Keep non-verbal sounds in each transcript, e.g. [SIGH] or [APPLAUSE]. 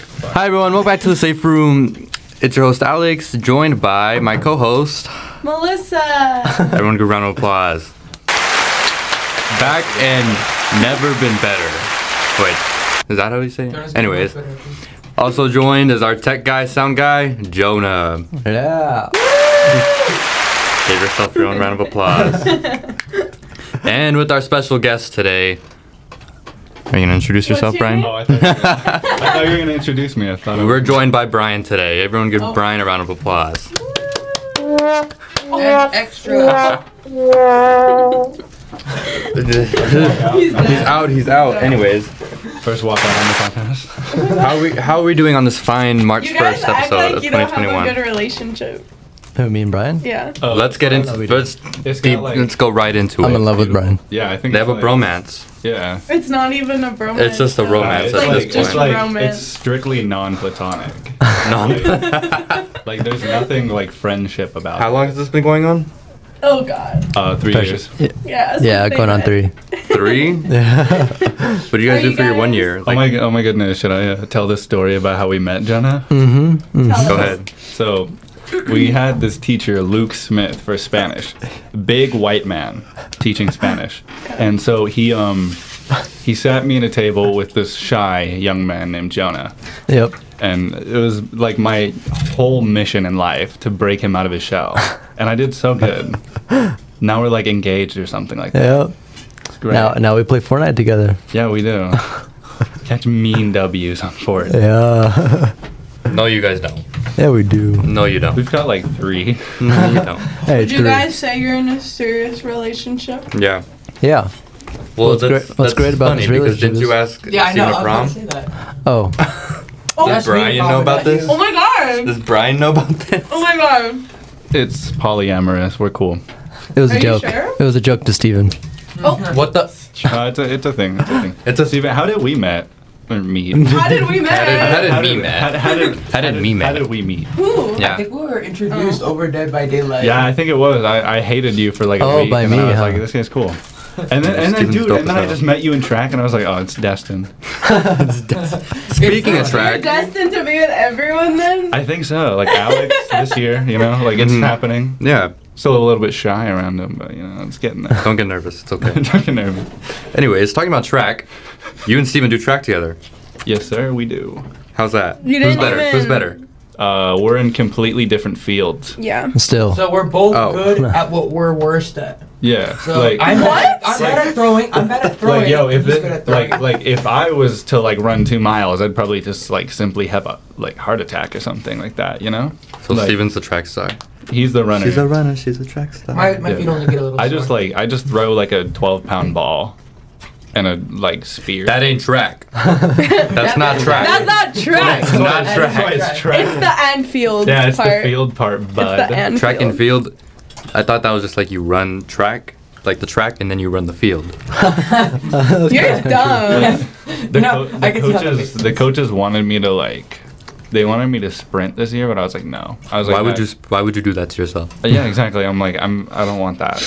Hi everyone, welcome back to the safe room. It's your host Alex, joined by my co-host. [LAUGHS] Melissa. Everyone, give a round of applause. Back and never been better. Wait, is that how you say it? Anyways, also joined is our tech guy, sound guy, Jonah. Yeah. Give yourself your own round of applause. and with our special guest today, are you gonna introduce What's yourself, your Brian? name? Oh, I thought, you were gonna, [LAUGHS] I thought you were gonna introduce me. I thought I We're was. joined by Brian today. Everyone, give Oh. Brian a round of applause. [LAUGHS] and extra. [LAUGHS] He's He's there. out. He's out. Anyways, first walk out on the podcast. how are we how are we doing on this fine March You guys first act episode like of Oh. you don't have a good 2021? relationship. Who, me and Brian? Yeah. [LAUGHS] Oh, Let's get into no, we let's It's got, deep, like- let's go right into I'm it. in love with Brian. Yeah, I think They have a it's like- [LAUGHS] bromance. Yeah. It's not even a bromance. It's just a though. romance it's at like, this it's point. just like romance. it's strictly non-platonic. No. Like there's nothing like friendship [LAUGHS] about. how long has this been going on? oh god. it. Uh, three Pressure. years. Yeah. Yeah, something going on that- three. Three. [LAUGHS] Yeah. What do you guys Are do you for your one guys- year? Oh Like, my, oh my goodness! Should I uh, tell this story about how we met Jenna? Tell go us. ahead. So, we had this teacher, Luke Smith, for Spanish. Big white man teaching Spanish. And so he um he sat me at a table with this shy young man named Jonah. yep. And it was like my whole mission in life to break him out of his shell. And I did so good. Now we're like engaged or something like that. Yep. It's great. Now, now we play Fortnite together. yeah, we do. Catch mean W's on Fort. Yeah. [LAUGHS] No, you guys don't. yeah, we do. No, you don't. [LAUGHS] We've got like three. No, you don't. Hey, Would you three. guys say you're in a serious relationship? Yeah. Yeah. Well, What's that's, great- what's that's great about funny this because didn't you ask relationship Yeah, I know. I Stephen was Brom? gonna say that. Oh. Oh, Does That's me, Brian know Bob, about not this? oh my god. Does Brian know about this? Oh my god. It's polyamorous. We're cool. It was Are a you joke. sure? It was a joke to Steven. Oh, What the? Uh, it's a it's a thing. It's a thing. It's a- Steven, how did we met or meet? how did we did- meet? how did- How me met. How, how did how did me How met. did we meet? Who? I [LAUGHS] Yeah. think we were introduced over Dead by Daylight. Yeah, I think it was. I, I hated you for like a Oh, week, by and me, I was huh? like, this guy's cool. And then and then Steven's dude, dope and then as I hell. just met you in track, and I was like, oh, it's destined. Speaking of It's- You're track, destined to be with everyone then? I think so. Like [LAUGHS] Alex this year, you know, like it's Mhm. happening. yeah. Still a little bit shy around him, but you know, it's getting there. [LAUGHS] Don't get nervous. It's [LAUGHS] okay. Talking nervous. Anyways, talking about track, you and Steven do track together. Yes, sir, we do. How's that? You Who's didn't better? even- Who's better? Uh, we're in completely different fields. yeah. Still. So we're both Oh. [LAUGHS] good at what we're worst at. Yeah, So like I'm What? Bad, I'm bad at throwing. I'm bad at throwing. Oh, like yo if He's it, good at throwing. like like if i was to like run two miles i'd probably just like simply have a like heart attack or something like that you know So Like- Steven's the track star. he's the runner runner. She's a track star. my, my feet yeah. only get a little. i just sore. like i just throw like a 12 pound ball and a like spear That ain't track. [LAUGHS] That's not track. That's not track. That's not That's track. why It's It's track. It's the Anfield [LAUGHS] yeah it's part. the field part bud It's the Anfield. Track and field. I thought that was just like you run track, like the track, and then you run the field. You're dumb. the, No, co- I the can see how that coaches makes the coaches wanted me to like they wanted me to sprint this year but i was like no i was like Why would "No." you? sp- Why would you do that to yourself? yeah exactly i'm like i'm i don't want that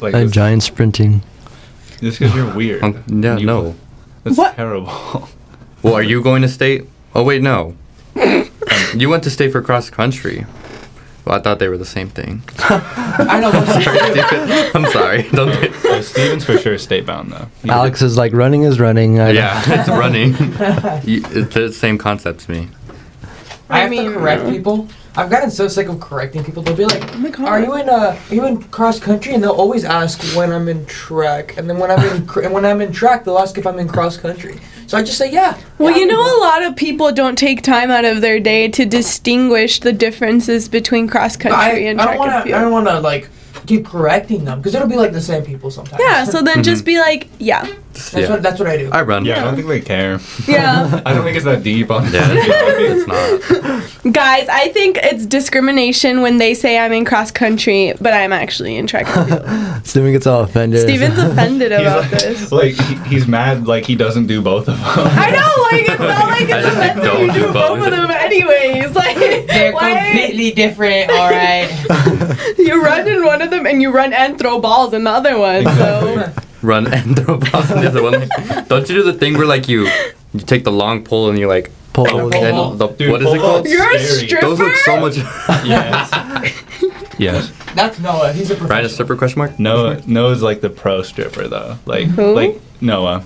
like A this- giant sprinting. Just because you're weird. Um, yeah, You- no. That's What? terrible. [LAUGHS] Well, are you going to state? Oh wait, [LAUGHS] no. Um, you went to state for cross country. Well, I thought they were the same thing. I [LAUGHS] know. but- I'm sorry. Don't. Get- Uh, Steven's for sure state bound though. He- Alex is like, running is running. I Yeah, it's running. You- it's the same concept to me. I have mean- to correct people. I've gotten so sick of correcting people. They'll be like, Oh my God. "Are you in uh, are you in cross country?" And they'll always ask when I'm in track, and then when I'm in cr- and when I'm in track, they'll ask if I'm in cross country. So I just say, "Yeah." Well, yeah, you I'm know, in a lot of people don't take time out of their day to distinguish the differences between cross country I, I and don't track want and to. I don't field. want to like keep correcting them because it'll be like the same people sometimes. Yeah, so then Mhm. just be like, yeah, that's yeah. what that's what I do. I run. yeah, I don't think they care. [LAUGHS] yeah. I don't think it's that deep on [LAUGHS] Yeah, [LAUGHS] it's it's not. Guys, I think it's discrimination when they say I'm in cross country, but I'm actually in track [LAUGHS] and field. Steven gets all offended. Steven's offended about like, [LAUGHS] this. [LAUGHS] Like he, he's mad like he doesn't do both of them. I know, [LAUGHS] like it's not like I just it's offensive. don't You do do both both. of them anyways. [LAUGHS] Like, why different. All right. you run in one of them and you run and throw balls in the other one? So Exactly. [LAUGHS] Run and throw balls in the other one. Don't you do the thing where like you you take the long pole and you like Pole Oh, vault. pole And the, Dude, what is it pole called? vault's You're a scary. stripper? Those look so much. [LAUGHS] Yes. yes. [LAUGHS] That's Noah. He's a Ryan a professional. stripper question [LAUGHS] mark? Noah Noah's like the pro stripper though. Like Who? like Noah.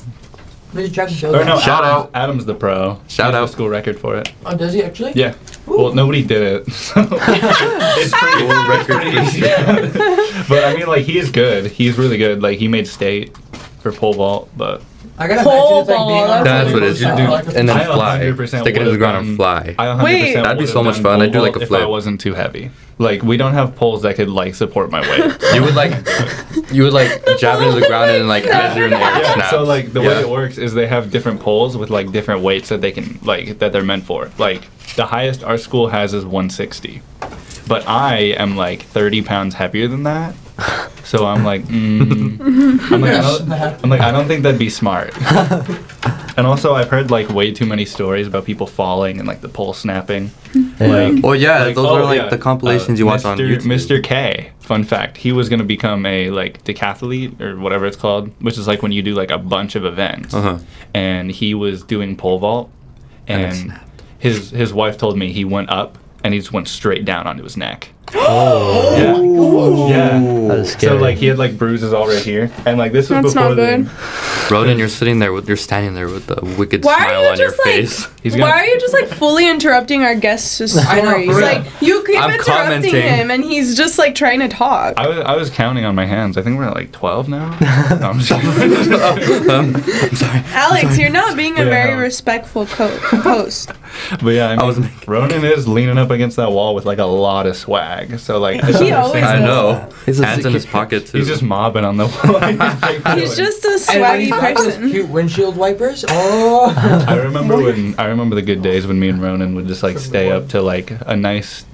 Mr. Jackson shows Or Oh, no, up. Shout Adam- out. Adam's the pro. Shout He has out. the school record for it. Oh, does he actually? Yeah. Well, nobody did [LAUGHS] it. [LAUGHS] So it's pretty World record for easy. but I mean, like he's good. He's really good. Like he made state for pole vault, but I gotta Pole imagine it's like being ball, on That's a what it is. You roller do- coaster. and then I fly. 100% Stick it in the would've ground and done- fly. I 100% Wait. That'd be would've so much done fun. I'd do, pole like, a vault If I flip. wasn't too heavy. Like we don't have poles that could like support [LAUGHS] my weight. You would like, you would [LAUGHS] like jab it into the ground and then like measure in the air. Yeah, snaps. [LAUGHS] so like the Yeah. way it works is they have different poles with like different weights that they can like that they're meant for. Like the highest our school has is 160, but I am like 30 pounds heavier than that. So I'm like, mm. I'm, like I don't, I'm like, I don't think that'd be smart. and also, I've heard like way too many stories about people falling and like the pole snapping. Yeah. Oh yeah, Like, those oh, are like yeah, the compilations uh, you watch Mr. on YouTube. Mr. K, fun fact, he was gonna become a like decathlete or whatever it's called, which is like when you do like a bunch of events. Uh-huh. And he was doing pole vault, And it and, snapped. his his wife told me he went up and he just went straight down onto his neck. [GASPS] Oh, Yeah. yeah. that is scary. So like he had like bruises all right here, and like this was That's not before the- good. Ronan, you're sitting there with you're standing there with the wicked Why are smile you on your just, like- [LAUGHS] face. He's Why gonna- are you just like fully interrupting our [LAUGHS] guests' I know, for stories? real. Like you keep I'm interrupting commenting. him, and he's just like trying to talk. I was, I was counting on my hands. I think we're at like 12 now. [LAUGHS] No, I'm just kidding. Oh. Um, [LAUGHS] I'm sorry. Alex, you're not being a Yeah, very no. respectful [LAUGHS] co- host. But yeah, I, mean, was- Ronan is leaning up against that wall with like a lot of swag. So like, [LAUGHS] it's He understandable. always I does know. He's a Hands in his secu- pocket too. He's just mobbing on the wall. [LAUGHS] He's just a And when swaggy he's got those person. Cute windshield wipers. Oh. I remember when I remember the good days when me and Ronan would just like stay up to like a nice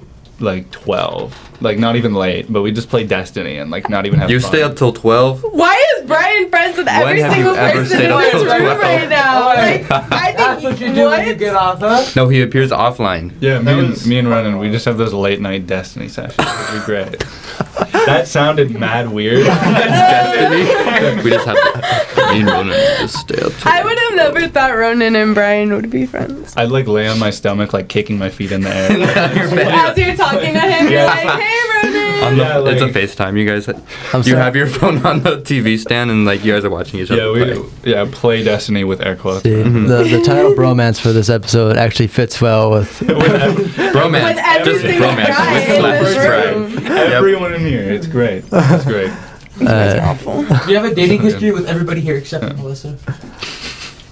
like 12, like not even late, but we just play Destiny and like not even have. you fun. stay up till twelve. Why is Brian friends with every have single you ever person stayed in up this till room 12? right now? Oh, yeah. Like, I [LAUGHS] think That's what you do when you get off, huh? No, he appears offline. [LAUGHS] Yeah, me That and, was- me and Ronan, we just have those late night Destiny sessions. It'd [LAUGHS] be great. that sounded mad weird. [LAUGHS] Destiny. we just have to, me and Ronan just stay up. Till [LAUGHS] I would have never thought Ronan and Brian would be friends. I'd like lay on my stomach, like kicking my feet in the air. Your bed. As you're talking to him, you're Yeah. like, "Hey, Ronan." On the, Yeah, like- it's a FaceTime. You guys, I'm you sorry. have your phone on the TV stand and like you guys are watching each other. Yeah, we play. yeah play Destiny with air quotes. See, Mm-hmm. the, the title bromance for this episode actually fits well [LAUGHS] with bromance. With every just single bromance. guy with in Slippery this Brian. room. Everyone in here, it's great. It's great. uh, You have a dating history with everybody here except for Melissa.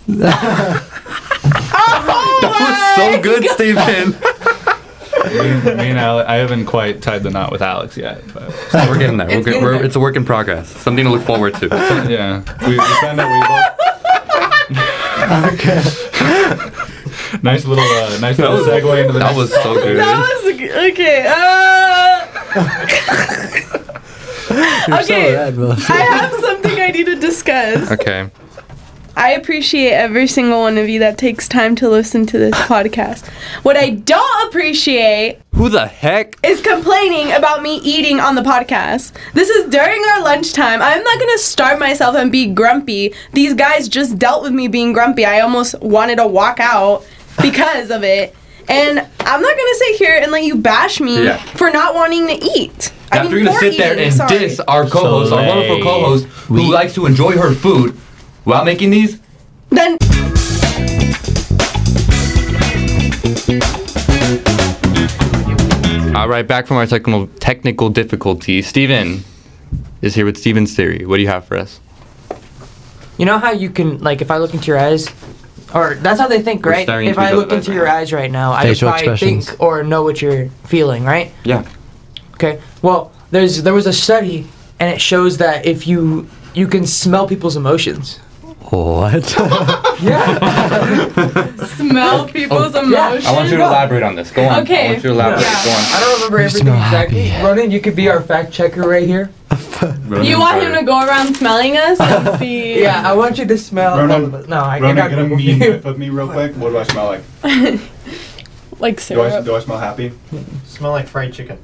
That was so good, [LAUGHS] Stephen. Me, and- me and Alex, I haven't quite tied the knot with Alex yet, but [LAUGHS] we're getting there. We're, It's get, getting we're, there. it's a work in progress. Something to look forward to. yeah, we, we found out we both. [LAUGHS] nice little, uh, nice little was- segue into the. That next- was so good. That was okay. [LAUGHS] Uh, you're so Okay. rad, bro. I [LAUGHS] have something I need to discuss. Okay. I appreciate every single one of you that takes time to listen to this podcast. What I don't appreciate Who the heck? is complaining about me eating on the podcast. This is during our lunchtime. I'm not gonna starve myself and be grumpy. These guys just dealt with me being grumpy. I almost wanted to walk out because of it. And I'm not gonna sit here and let you bash me Yeah. for not wanting to eat. I After you're gonna for sit there eating, and sorry. diss our co-host, our wonderful Soleil. co-host, who We- likes to enjoy her food while making these. Then All right, back from our technical technical difficulty. Steven is here with Steven's theory. What do you have for us? You know how you can like if I look into your eyes, or that's how they think, We're right? staring If into each I look other's into eyes your right now. eys right now, Facial I could probably expressions. think or know what you're feeling, right? Yeah. Okay. Well, there's there was a study, and it shows that if you you can smell people's emotions. What? Yeah. smell people's yeah. emotions. Oh, I want you to elaborate on this. Go on. I Okay. want you to elaborate. Yeah. Go on. I don't remember everything smell exactly. Ronan, you could be our fact checker right here. [LAUGHS] You want him to go around smelling us and see. uh, Yeah, I want you to smell. Ronan- all of us. no, I Ronan, cannot get a Google mean you. whip of me real quick. What do I smell like? Like Do I, syrup. do I smell happy? [LAUGHS] smell like fried chicken.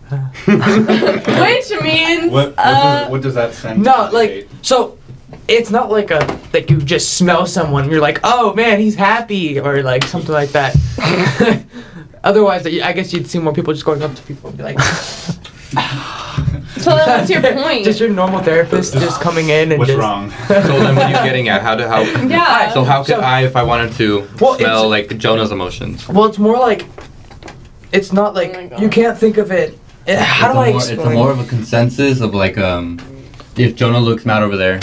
Which means. What, what, uh, does, what does that scent? No, indicate? like so, it's not like a like you just smell someone, you're like, oh man, he's happy, or like something like that. [LAUGHS] Otherwise, I guess you'd see more people just going up to people [LAUGHS] and be like, So then what's your [LAUGHS] point? just your normal therapist just coming in [LAUGHS] and What's just. wrong? So then, what are you [LAUGHS] getting at? How do how? yeah. So how could So- I, if I wanted to, Well, smell it's- like Jonah's emotions? Well, it's more like, it's not like Oh my God. you can't think of it. eh, How it's a do I more, explain? It's a more of a consensus of like um, if Jonah looks mad over there,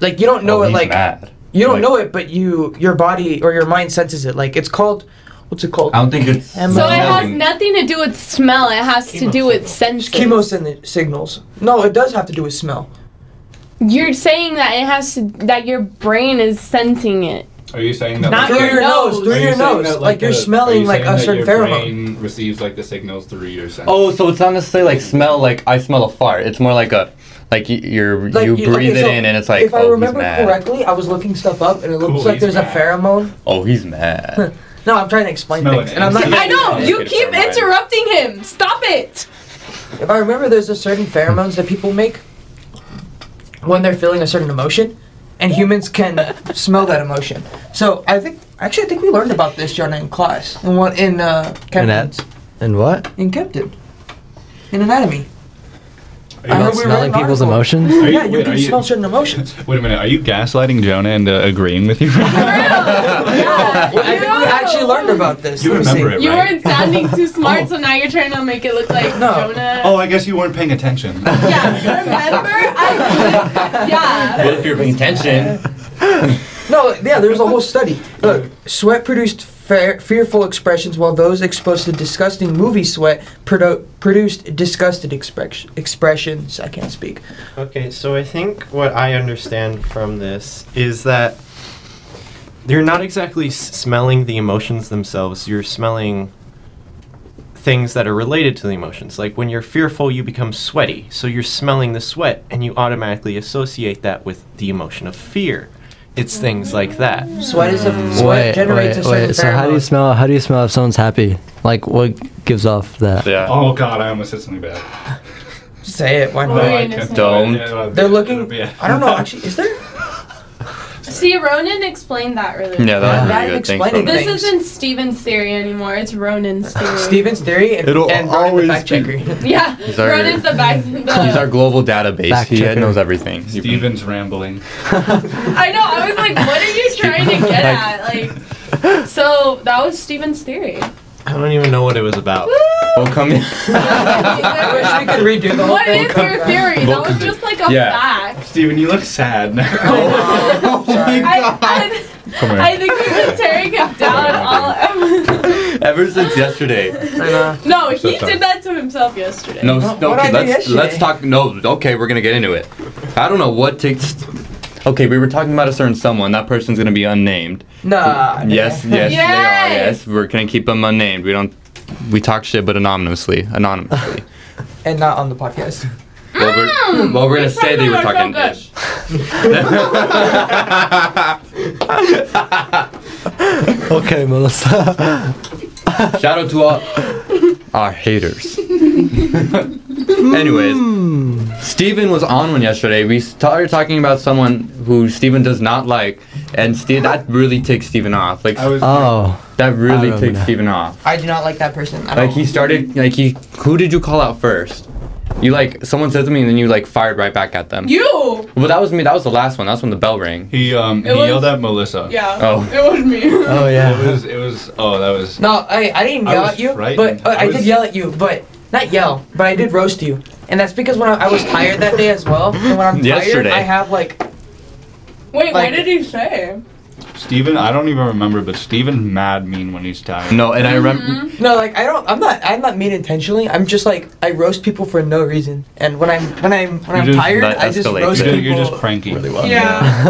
like you don't know oh, it he's like mad. you don't Like- know it, but you your body or your mind senses it. Like it's called, what's it called? I don't think it's. So So it has smelling. nothing to do with smell. It has to do with senses. Chemo sin- signals. No, it does have to do with smell. You're saying that it has to that your brain is sensing it. [LAUGHS] Are you saying that? Not like, Through your your nose, nose. through are you your saying nose. that, Like, you're the- are you smelling like saying a that certain your pheromone. brain receives like the signals through your sense. Oh, so it's not necessarily like smell. Like I smell a fart. It's more like a like y- you're Like, you you- breathe okay, it so in and it's like if I oh he's remember mad. correctly, I was looking stuff up and it looks Cool, like he's there's mad. a pheromone. Oh he's [LAUGHS] mad. No, I'm trying to explain Smell things, it. and I'm not. Yeah. I know. You It's keep our mind. interrupting him. Stop it. If I remember, there's a certain pheromones that people make when they're feeling a certain emotion, and humans can smell that emotion. So I think, actually, I think we learned about this, Jonah, in class, in one in uh, Kempton's, that- And what? in Kempton, in anatomy. Are you- I About heard we read smelling an people's article. emotions? [LAUGHS] Are you- yeah, you wait, are can you- smell certain [LAUGHS] emotions. Wait a minute. Are you gaslighting Jonah into agreeing with you? [LAUGHS] Yeah. I think we actually learned about this. Oh, You Let me see. remember it, You right? weren't sounding too smart, so now you're trying to make it look like No. Jonah. Oh, I guess you weren't paying attention. Yeah, remember? I yeah. if you're paying [LAUGHS] attention? No, yeah, there's a whole study. Look, sweat produced fe- fearful expressions, while those exposed to disgusting movie sweat produ- produced disgusted expre- expressions. I can't speak. Okay, so I think what I understand from this is that you're not exactly s- smelling the emotions themselves, you're smelling things that are related to the emotions. Like when you're fearful, you become sweaty, so you're smelling the sweat and you automatically associate that with the emotion of fear. It's things like that. Sweat is a sweat Mm. Wait, wait, generates a certain wait. So how do you pheromone. smell? How do you smell if someone's happy? Like what gives off that? Yeah. [LAUGHS] Oh God, I almost said something bad. Say it. Why Oh, not? yeah. I can't- Don't. Yeah, They're looking. yeah. I don't know. Actually, is [LAUGHS] there? See, Ronan explained that really. Yeah, that was Yeah. really good. Thanks, Explaining Roman. This Thanks. isn't Steven's theory anymore. It's Ronan's theory. Steven's theory and, It'll and Ronan the always fact checker. [LAUGHS] Yeah, our- Ronan's the back. The, He's our global database. Fact he checker. knows everything. [LAUGHS] Steven's rambling. [LAUGHS] I know. I was like, what are you trying to get at? Like, so that was Steven's theory. [LAUGHS] I don't even know what it was about. We'll come in. [LAUGHS] I wish we could redo the whole What thing. is your theory? That was just like a Yeah. fact. Steven, you look sad [LAUGHS] now. oh my I, I, Come here. I think we've been tearing him down all. [LAUGHS] Ever since yesterday. And, uh, no, he So sorry. did that to himself yesterday. No, What- no what okay, I did let's yesterday? let's talk. No, okay, we're gonna get into it. I don't know what takes. Okay, we were talking about a certain someone. That person's gonna be unnamed. nah. Yes, yes, they are. Yes. Yes, we're gonna keep them unnamed. We don't. We talk shit, but anonymously. Anonymously. And not on the podcast. well, we're, well, we're gonna say they were talking. Gosh. Okay, Melissa. Shout out to all our haters. Anyways, Steven was on one yesterday. We started talking about someone who Steven does not like, and Ste- that really ticks Steven off. Like I was. Oh, that really I ticks remember. Steven off. I do not like that person. I Like don't. he started like he who did you call out first? You like someone said to me and then you like fired right back at them. You. well that was me, that was the last one. That's when the bell rang. he um he It was- yelled at Melissa. Yeah. Oh. It was me. oh It yeah. was it was oh that was No, I, I didn't I yell was at you, frightened. but uh, I I, was- did yell at you, but not yell, but I did roast you, and that's because when I, I was tired that day as well, and [LAUGHS] when I'm Yesterday. tired, I have like Wait, Like- what did he say? Steven, I don't even remember, but Steven mad mean when he's tired. No, and I remember no, like I don't, I'm not, I'm not mean intentionally. I'm just like I roast people for no reason, and when I'm when I'm when You I'm just- tired, that I just escalates roast You're, it. people. just- you're just cranky. Yeah.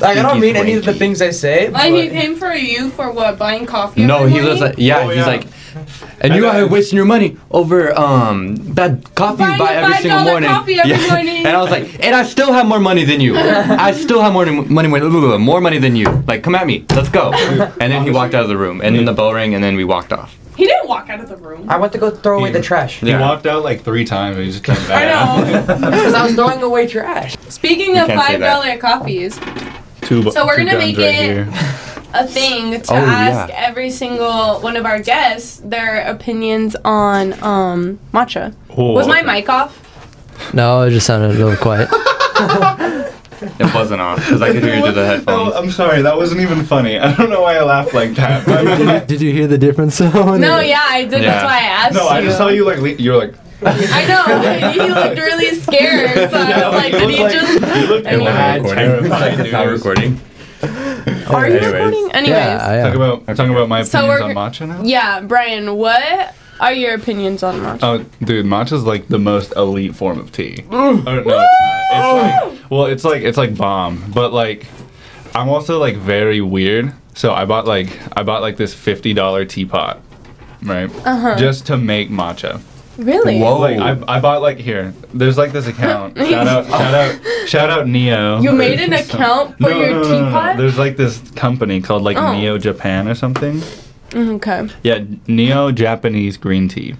like I don't He's mean any of the wanky. things I say. Like he but- came for you for what? Buying coffee. No, every he was like morning? yeah, Oh, he's yeah. like and you And I- are wasting your money over um that coffee Buying you buy a every single $5 morning. coffee every [LAUGHS] morning. And I was like, and I still have more money than [LAUGHS] you. I still have more money, money, more money than you. Like, come at me, let's go. And then he walked out of the room, and then the bell rang, and then we walked off. He didn't walk out of the room. I went to go throw away [LAUGHS] Yeah. the trash He Yeah. [LAUGHS] walked out like three times and he just came I back. know. [LAUGHS] because I was throwing away trash. Speaking You of can't say five that. dollar coffees, [LAUGHS] Two bu- So we're two gonna guns make right it- here. a thing to Oh, ask yeah. every single one of our guests their opinions on um, matcha. Oh, Was my okay. mic off? [LAUGHS] No, it just sounded a little quiet. It wasn't on because I could hear you through the No, headphones. I'm sorry. That wasn't even funny. [LAUGHS] I don't know why I laughed like that. [LAUGHS] did, [LAUGHS] you, did you hear the difference? No, yeah, I did. That's Yeah. why I asked [LAUGHS] no, you. I just saw you like le- you were like. I know. He looked really [LAUGHS] scared. So I was [LAUGHS] like, you did look he like- just? you look It wasn't mad recording. terrified, It's not dude. recording. Are you Anyways. recording? Anyways. Yeah, I Yeah, am. Talk about talking about my So opinions we're- on matcha now. Brian, what are your opinions on matcha? Oh, dude, matcha's like the most elite form of tea. or, no, it's not. It's like, well, it's like it's like bomb, but like I'm also like very weird. So I bought like I bought like this fifty dollar teapot, right? Uh-huh. Just to make matcha. really? Whoa. Like I, I bought like here. There's like [LAUGHS] this account. shout out, shout out, shout out Neo. You made an account for No, your no, no, no, no. teapot? There's like this company called like Oh. Neo Japan or something. Mm, Okay. Yeah, Neo Japanese green tea.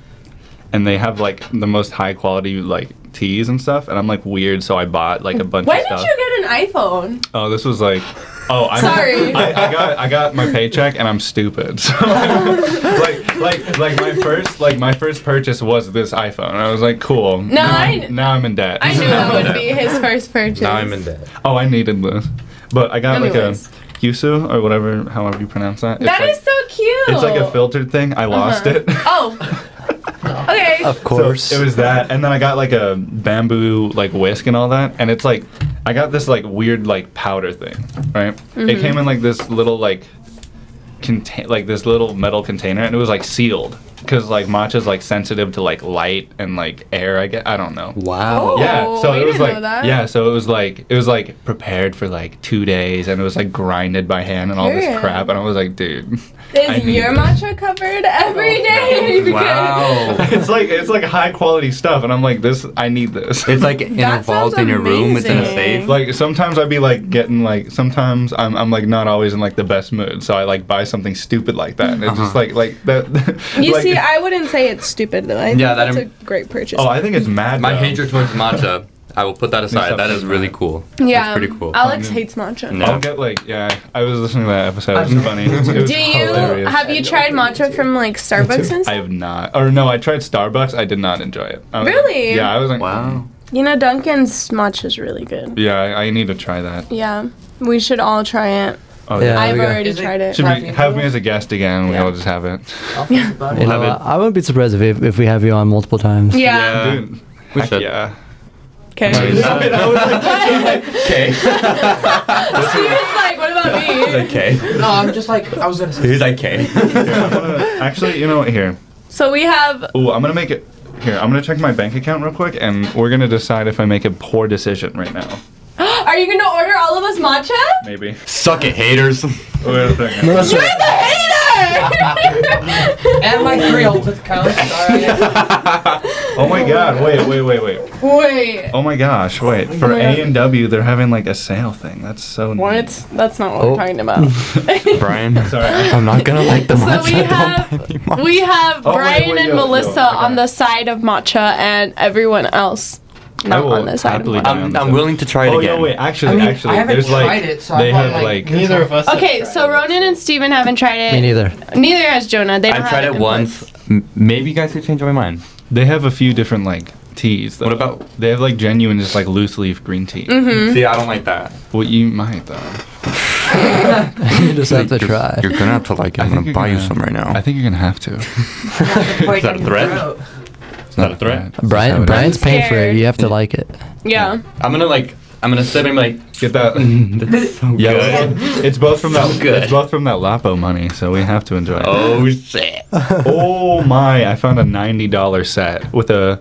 And they have like the most high quality like teas and stuff. And I'm like weird, so I bought like a bunch When of did stuff. you get an iPhone? oh, this was like oh [LAUGHS] I'm Sorry. I, I got I got my paycheck and I'm stupid. [LAUGHS] So like like like my first like my first purchase was this iPhone. I was like, cool. No, I- now I'm in debt. I knew that would be his first purchase. Now I'm in debt. [LAUGHS] Oh, I needed this. But I got Anyways. like a Yusu or whatever, however you pronounce that. It's That like, is so cute. It's like a filtered thing. I lost Uh-huh. it. [LAUGHS] Oh. Okay. Of So course. it was that, and then I got like a bamboo like whisk and all that, and it's like I got this like weird like powder thing, right? Mm-hmm. It came in like this little like contain like this little metal container, and it was like sealed because like matcha's like sensitive to like light and like air. I guess I don't know. wow. Yeah, Oh, so I it was didn't know like that. yeah, so it was like it was like prepared for like two days, and it was like grinded by hand and all Period. this crap, and I was [LAUGHS] like, dude, I Is need your this. matcha covered every day? [LAUGHS] Because Wow. it's like it's like high quality stuff, and I'm like this, I need this. It's like in a Oh. That vault sounds in your room. It's in a amazing. safe. like sometimes I'd be like getting like sometimes I'm I'm like not always in like the best mood, so I like buy something stupid like that. And it's just Uh-huh. like like that. [LAUGHS] You like- see, I wouldn't say it's stupid though. I think Yeah, that that's im- a great purchase. oh, I think it's My mad. though. hatred towards matcha. I will put that aside. up That to is that. really cool. yeah, That's pretty cool. Alex I mean- hates matcha. No. I'll get like yeah. I was listening to that episode. It was funny. It was Do you hilarious. have you tried matcha from like Starbucks and I stuff? have not. Or no, I tried Starbucks. I did not enjoy it. I was- Really? Yeah, I was like, Wow. You know, Dunkin's matcha is really good. Yeah, I, I need to try that. Yeah, we should all try it. Oh Yeah. I've we got- already Is it- tried it. Should we Caffeine have me as level? a guest again? We all just have it. I'll think about You We'll it. know, have it. I, I wouldn't be surprised if, we- if we have you on multiple times. Yeah. Uh, Dude, We heck should. yeah. [LAUGHS] Okay. Yeah. [LAUGHS] Okay. Steven's like, what about me? Okay. [LAUGHS] No, I'm just like I was gonna say. He's like, okay. [LAUGHS] Actually, you know what? Here. So we have. [GASPS] Ooh, I'm gonna make it. Here, I'm gonna check my bank account real quick, and we're gonna decide if I make a poor decision right now. Are you gonna order all of us matcha? Maybe. [LAUGHS] Suck it, [LAUGHS] haters. Wait a second. No, that's You're right. the hater. [LAUGHS] And my three ultimate [LAUGHS] counts. All right. Oh my god! Wait, wait, wait, wait. [LAUGHS] Wait. Oh my gosh! Wait. For my God. A and W, they're having like a sale thing. That's so. What? neat. That's not what Oh. we're talking about. [LAUGHS] Brian, [LAUGHS] Sorry. I- I'm not gonna like the So matcha. we have [LAUGHS] we have Oh, wait, Brian wait, and yo, yo, Melissa okay. on the side of matcha and everyone else I not will on the side of happily matcha. die on I'm, this I'm willing to try it Oh again. no! Wait. Actually, I mean, actually, I haven't there's tried like it, so I they bought, have like, like. Neither of us. have Okay, tried so it. Ronan and Steven haven't tried it. Me neither. [LAUGHS] Neither has Jonah. They don't I've have tried it in once. place. M- Maybe you guys could change my mind. They have a few different like teas. Though. What about- They have like genuine, just like loose leaf green tea. Mm-hmm. Mm-hmm. See, I don't like that. Well, you might though. you just have to try. You're gonna have to like it. I'm think gonna you're buy you gonna- some right now. I think you're gonna have [LAUGHS] to. [LAUGHS] Like, that a in threat? your throat. it's not a threat. Brian, Brian's paying for scared. it. You have to like it. Yeah. I'm gonna like. I'm gonna sit and be like. [LAUGHS] Get that. That's so Yeah, Mm-hmm. good. it's- it's both from that. good. It's both from that Lapo money, so we have to enjoy it. Oh shit. Oh my! I found a ninety dollar set with a.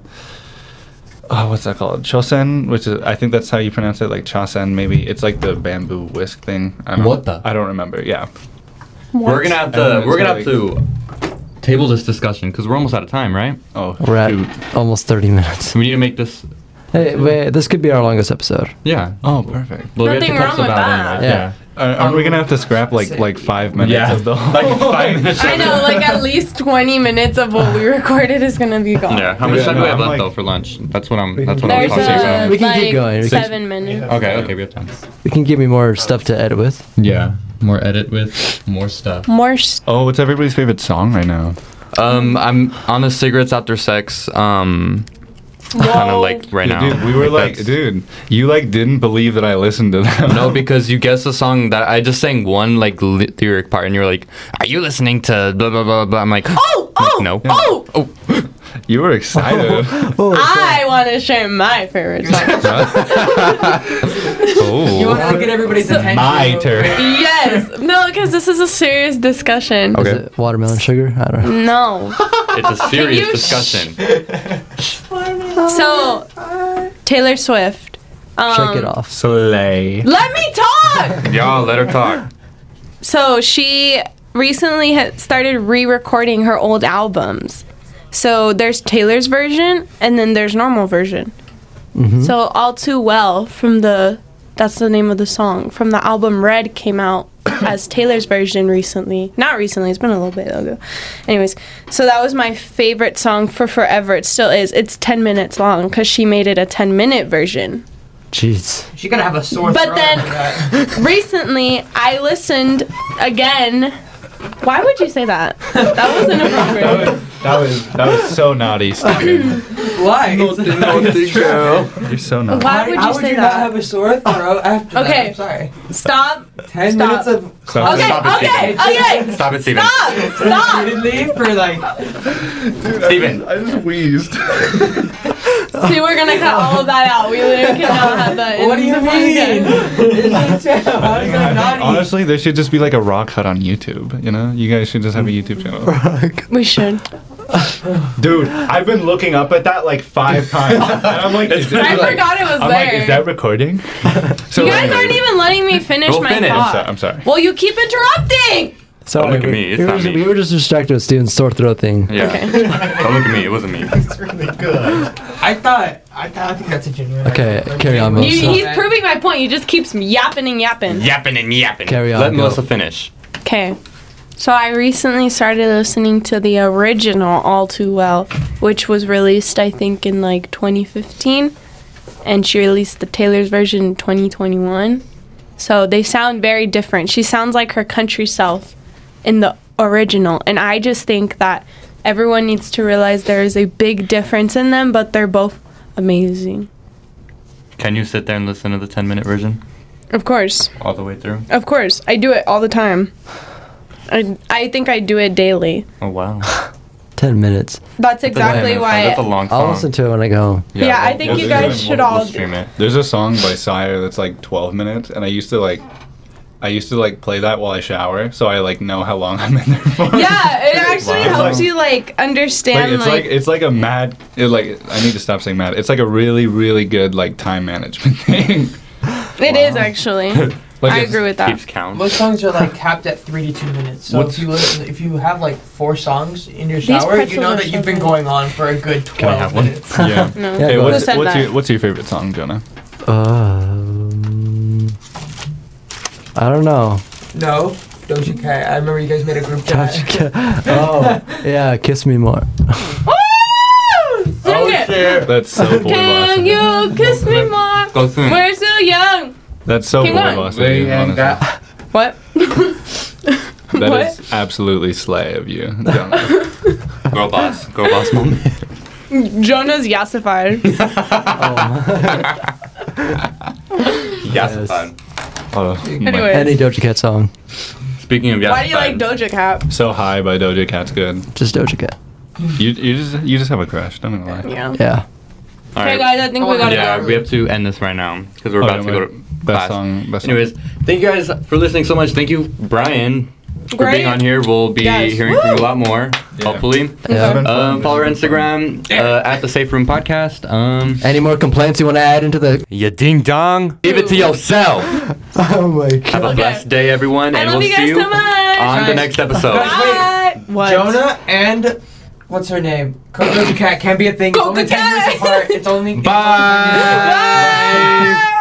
Oh, what's that called? Chosen, which is I think that's how you pronounce it, like chosen maybe. It's like the bamboo whisk thing. I don't, What the- I don't remember. Yeah. We're gonna have And then to. it's We're gonna have like- to table this discussion because we're almost out of time, right? Oh We're at shoot. almost 30 [LAUGHS] minutes. We need to make this. Hey, wait, this could be our longest episode. Yeah. Oh, perfect. Well, we have Nothing to post wrong with about it that. anyway. Yeah. Are, are we gonna have to scrap like like five minutes Yeah. of the [LAUGHS] whole? Like five minutes. I [LAUGHS] know, like at least 20 minutes of what [SIGHS] we recorded is gonna be gone. Yeah. How much Yeah, time no, do we have I'm left like- though for lunch? That's what I'm. That's what I'm There's talking uh, about. We can keep like, going. We can- seven minutes. Okay. Okay. We have time. We can give me more stuff to edit with. Yeah. More edit with more stuff. More. s Oh, it's everybody's favorite song right now. Um, I'm on the cigarettes after sex. Um, Oh, kind Oh. of like right Yeah, now. dude, we were like, that's- dude, you like didn't believe that I listened to them. No, because you guessed the song that I just sang one like ly- lyric part, and you were like, "Are you listening to blah blah blah blah?" I'm like, Oh, oh, no. oh! you were [LAUGHS] excited. I want to share my favorite [LAUGHS] song. You oh. want to get everybody's attention. My turn. yes. No, because this is a serious discussion. Okay. Is it watermelon sugar? I don't know. No. It's a Can serious you discussion. [LAUGHS] [LAUGHS] So, Taylor Swift. Um, Shake it off. Slay. Let me talk. Y'all let her talk. so she recently had started re-recording her old albums. So there's Taylor's version, and then there's normal version. So all too well from the that's the name of the song from the album Red came out as Taylor's version recently. Not recently, it's been a little bit ago. Anyways, so that was my favorite song for forever. It still is. It's 10 minutes long cuz she made it a 10 minute version. Jeez. She's gonna have a sore But throat then- after that. Recently, I listened again. Why would you say that? That was inappropriate. That was that was so naughty, Steven. [LAUGHS] [LAUGHS] why? You're so naughty. Why would How you would say you not that? have a sore [LAUGHS] throat after Okay. that? I'm sorry. Stop. Ten Stop. minutes of Stop Okay, Stop it, okay, [LAUGHS] okay. Stop it, Steven. Stop, stop. leave for [LAUGHS] like Steven. I just wheezed. See, we're gonna cut all of that out. We literally cannot have that. in What do you the mean? podcast. [LAUGHS] Is it too? How is that [LAUGHS] [LAUGHS] naughty? Honestly, there should just be like a rock hut on YouTube. You know, you guys should just have a YouTube channel. We should. [LAUGHS] Dude, I've been looking up at that like five [LAUGHS] times, and I'm like, is I that, like- forgot it was I'm like, there. is that [LAUGHS] recording? So you guys anyway, aren't even letting me finish Go my finish. I'm thought. sorry. I'm sorry. Well, you keep interrupting. Sorry, look at we- me, it's we, not were, me. we were just distracted with Steven's sore throat thing. Yeah. Okay. Don't look at me. It wasn't me. It's really good. [LAUGHS] I thought I thought I think that's a genuine. Okay, idea. carry on, You, Melissa. he's proving my point. You just keeps yapping and yapping. Yapping and yapping. Carry on, Let go. Melissa finish. Okay. So I recently started listening to the original All Too Well, which was released I think in like 2015 and she released the Taylor's version in 2021. So they sound very different. She sounds like her country self in the original and I just think that everyone needs to realize there is a big difference in them, but they're both amazing. Can you sit there and listen to the 10 minute version Of course. all the way through? Of course. I do it all the time. I I think I do it daily. Oh, wow. Ten minutes. That's exactly why That's a long song. I'll listen to it when I go home. Yeah, I think you do guys it. We'll- should we'll all stream do- it. There's a song by Sire that's like 12 minutes, and I used to like, I used to like play that while I shower, so I like know how long I'm in there for. [LAUGHS] Yeah, it actually Wow. helps you like Like, understand it's like, like it's like a mad it like I need to stop saying mad. It's like a really really good like time management [LAUGHS] thing. it is [LAUGHS] actually. Like I it's- agree with that. Keeps count. Most songs are [LAUGHS] like capped at three to two minutes. So What's- if you listen, if you have like four songs in your These shower, you pretzels know are that so you've been good. going on for a good Can I twelve have one? minutes. Yeah. No. Yeah, Hey, go what's, said what's that? your what's your favorite song, Jonah? Um, I don't know. No, Doja Cat. I remember you guys made a group chat. Touch- [LAUGHS] oh, [LAUGHS] yeah, kiss me more. Woo! Sing Oh, it. That's so boy Can boss. you kiss me more? Go soon. We're so young. That's so boy Keep going. boss. of you, honestly. What? That What? is absolutely slay of you, [LAUGHS] Jonah. Girl boss. Girl boss [LAUGHS] moment. [LAUGHS] [LAUGHS] Jonah's yassified. Yassified. Oh, my- Anyway. Any Doja Cat song, Speaking of yassified. Why do you like [LAUGHS] Doja Cat? So high by Doja Cat's good. just Doja Cat. You you just you just have a crush. Don't even lie. Yeah. Yeah. All Okay, right. guys, I think we gotta Yeah, go. we have to end this right now because we're Oh, about don't to go worry. to Best class. song. Best song. Anyways, thank you guys for listening so much. Thank you, Brian, for Great. being on here. We'll be Yes. hearing from you a lot more, Yeah. hopefully. Yeah. Um, been fun. follow our This has been fun. Instagram uh, at the Safe Room Podcast. Um, Any more complaints you want to add into the? ya ding dong. Give it to yourself. [LAUGHS] Oh my god. Have a blessed day, everyone, I and love we'll you see guys you so much. on the next episode. Bye. What? Jonah and what's her name? Coco Cat can be a thing. It's only [LAUGHS] Doja ten years Cat. apart. It's only. Bye. Bye.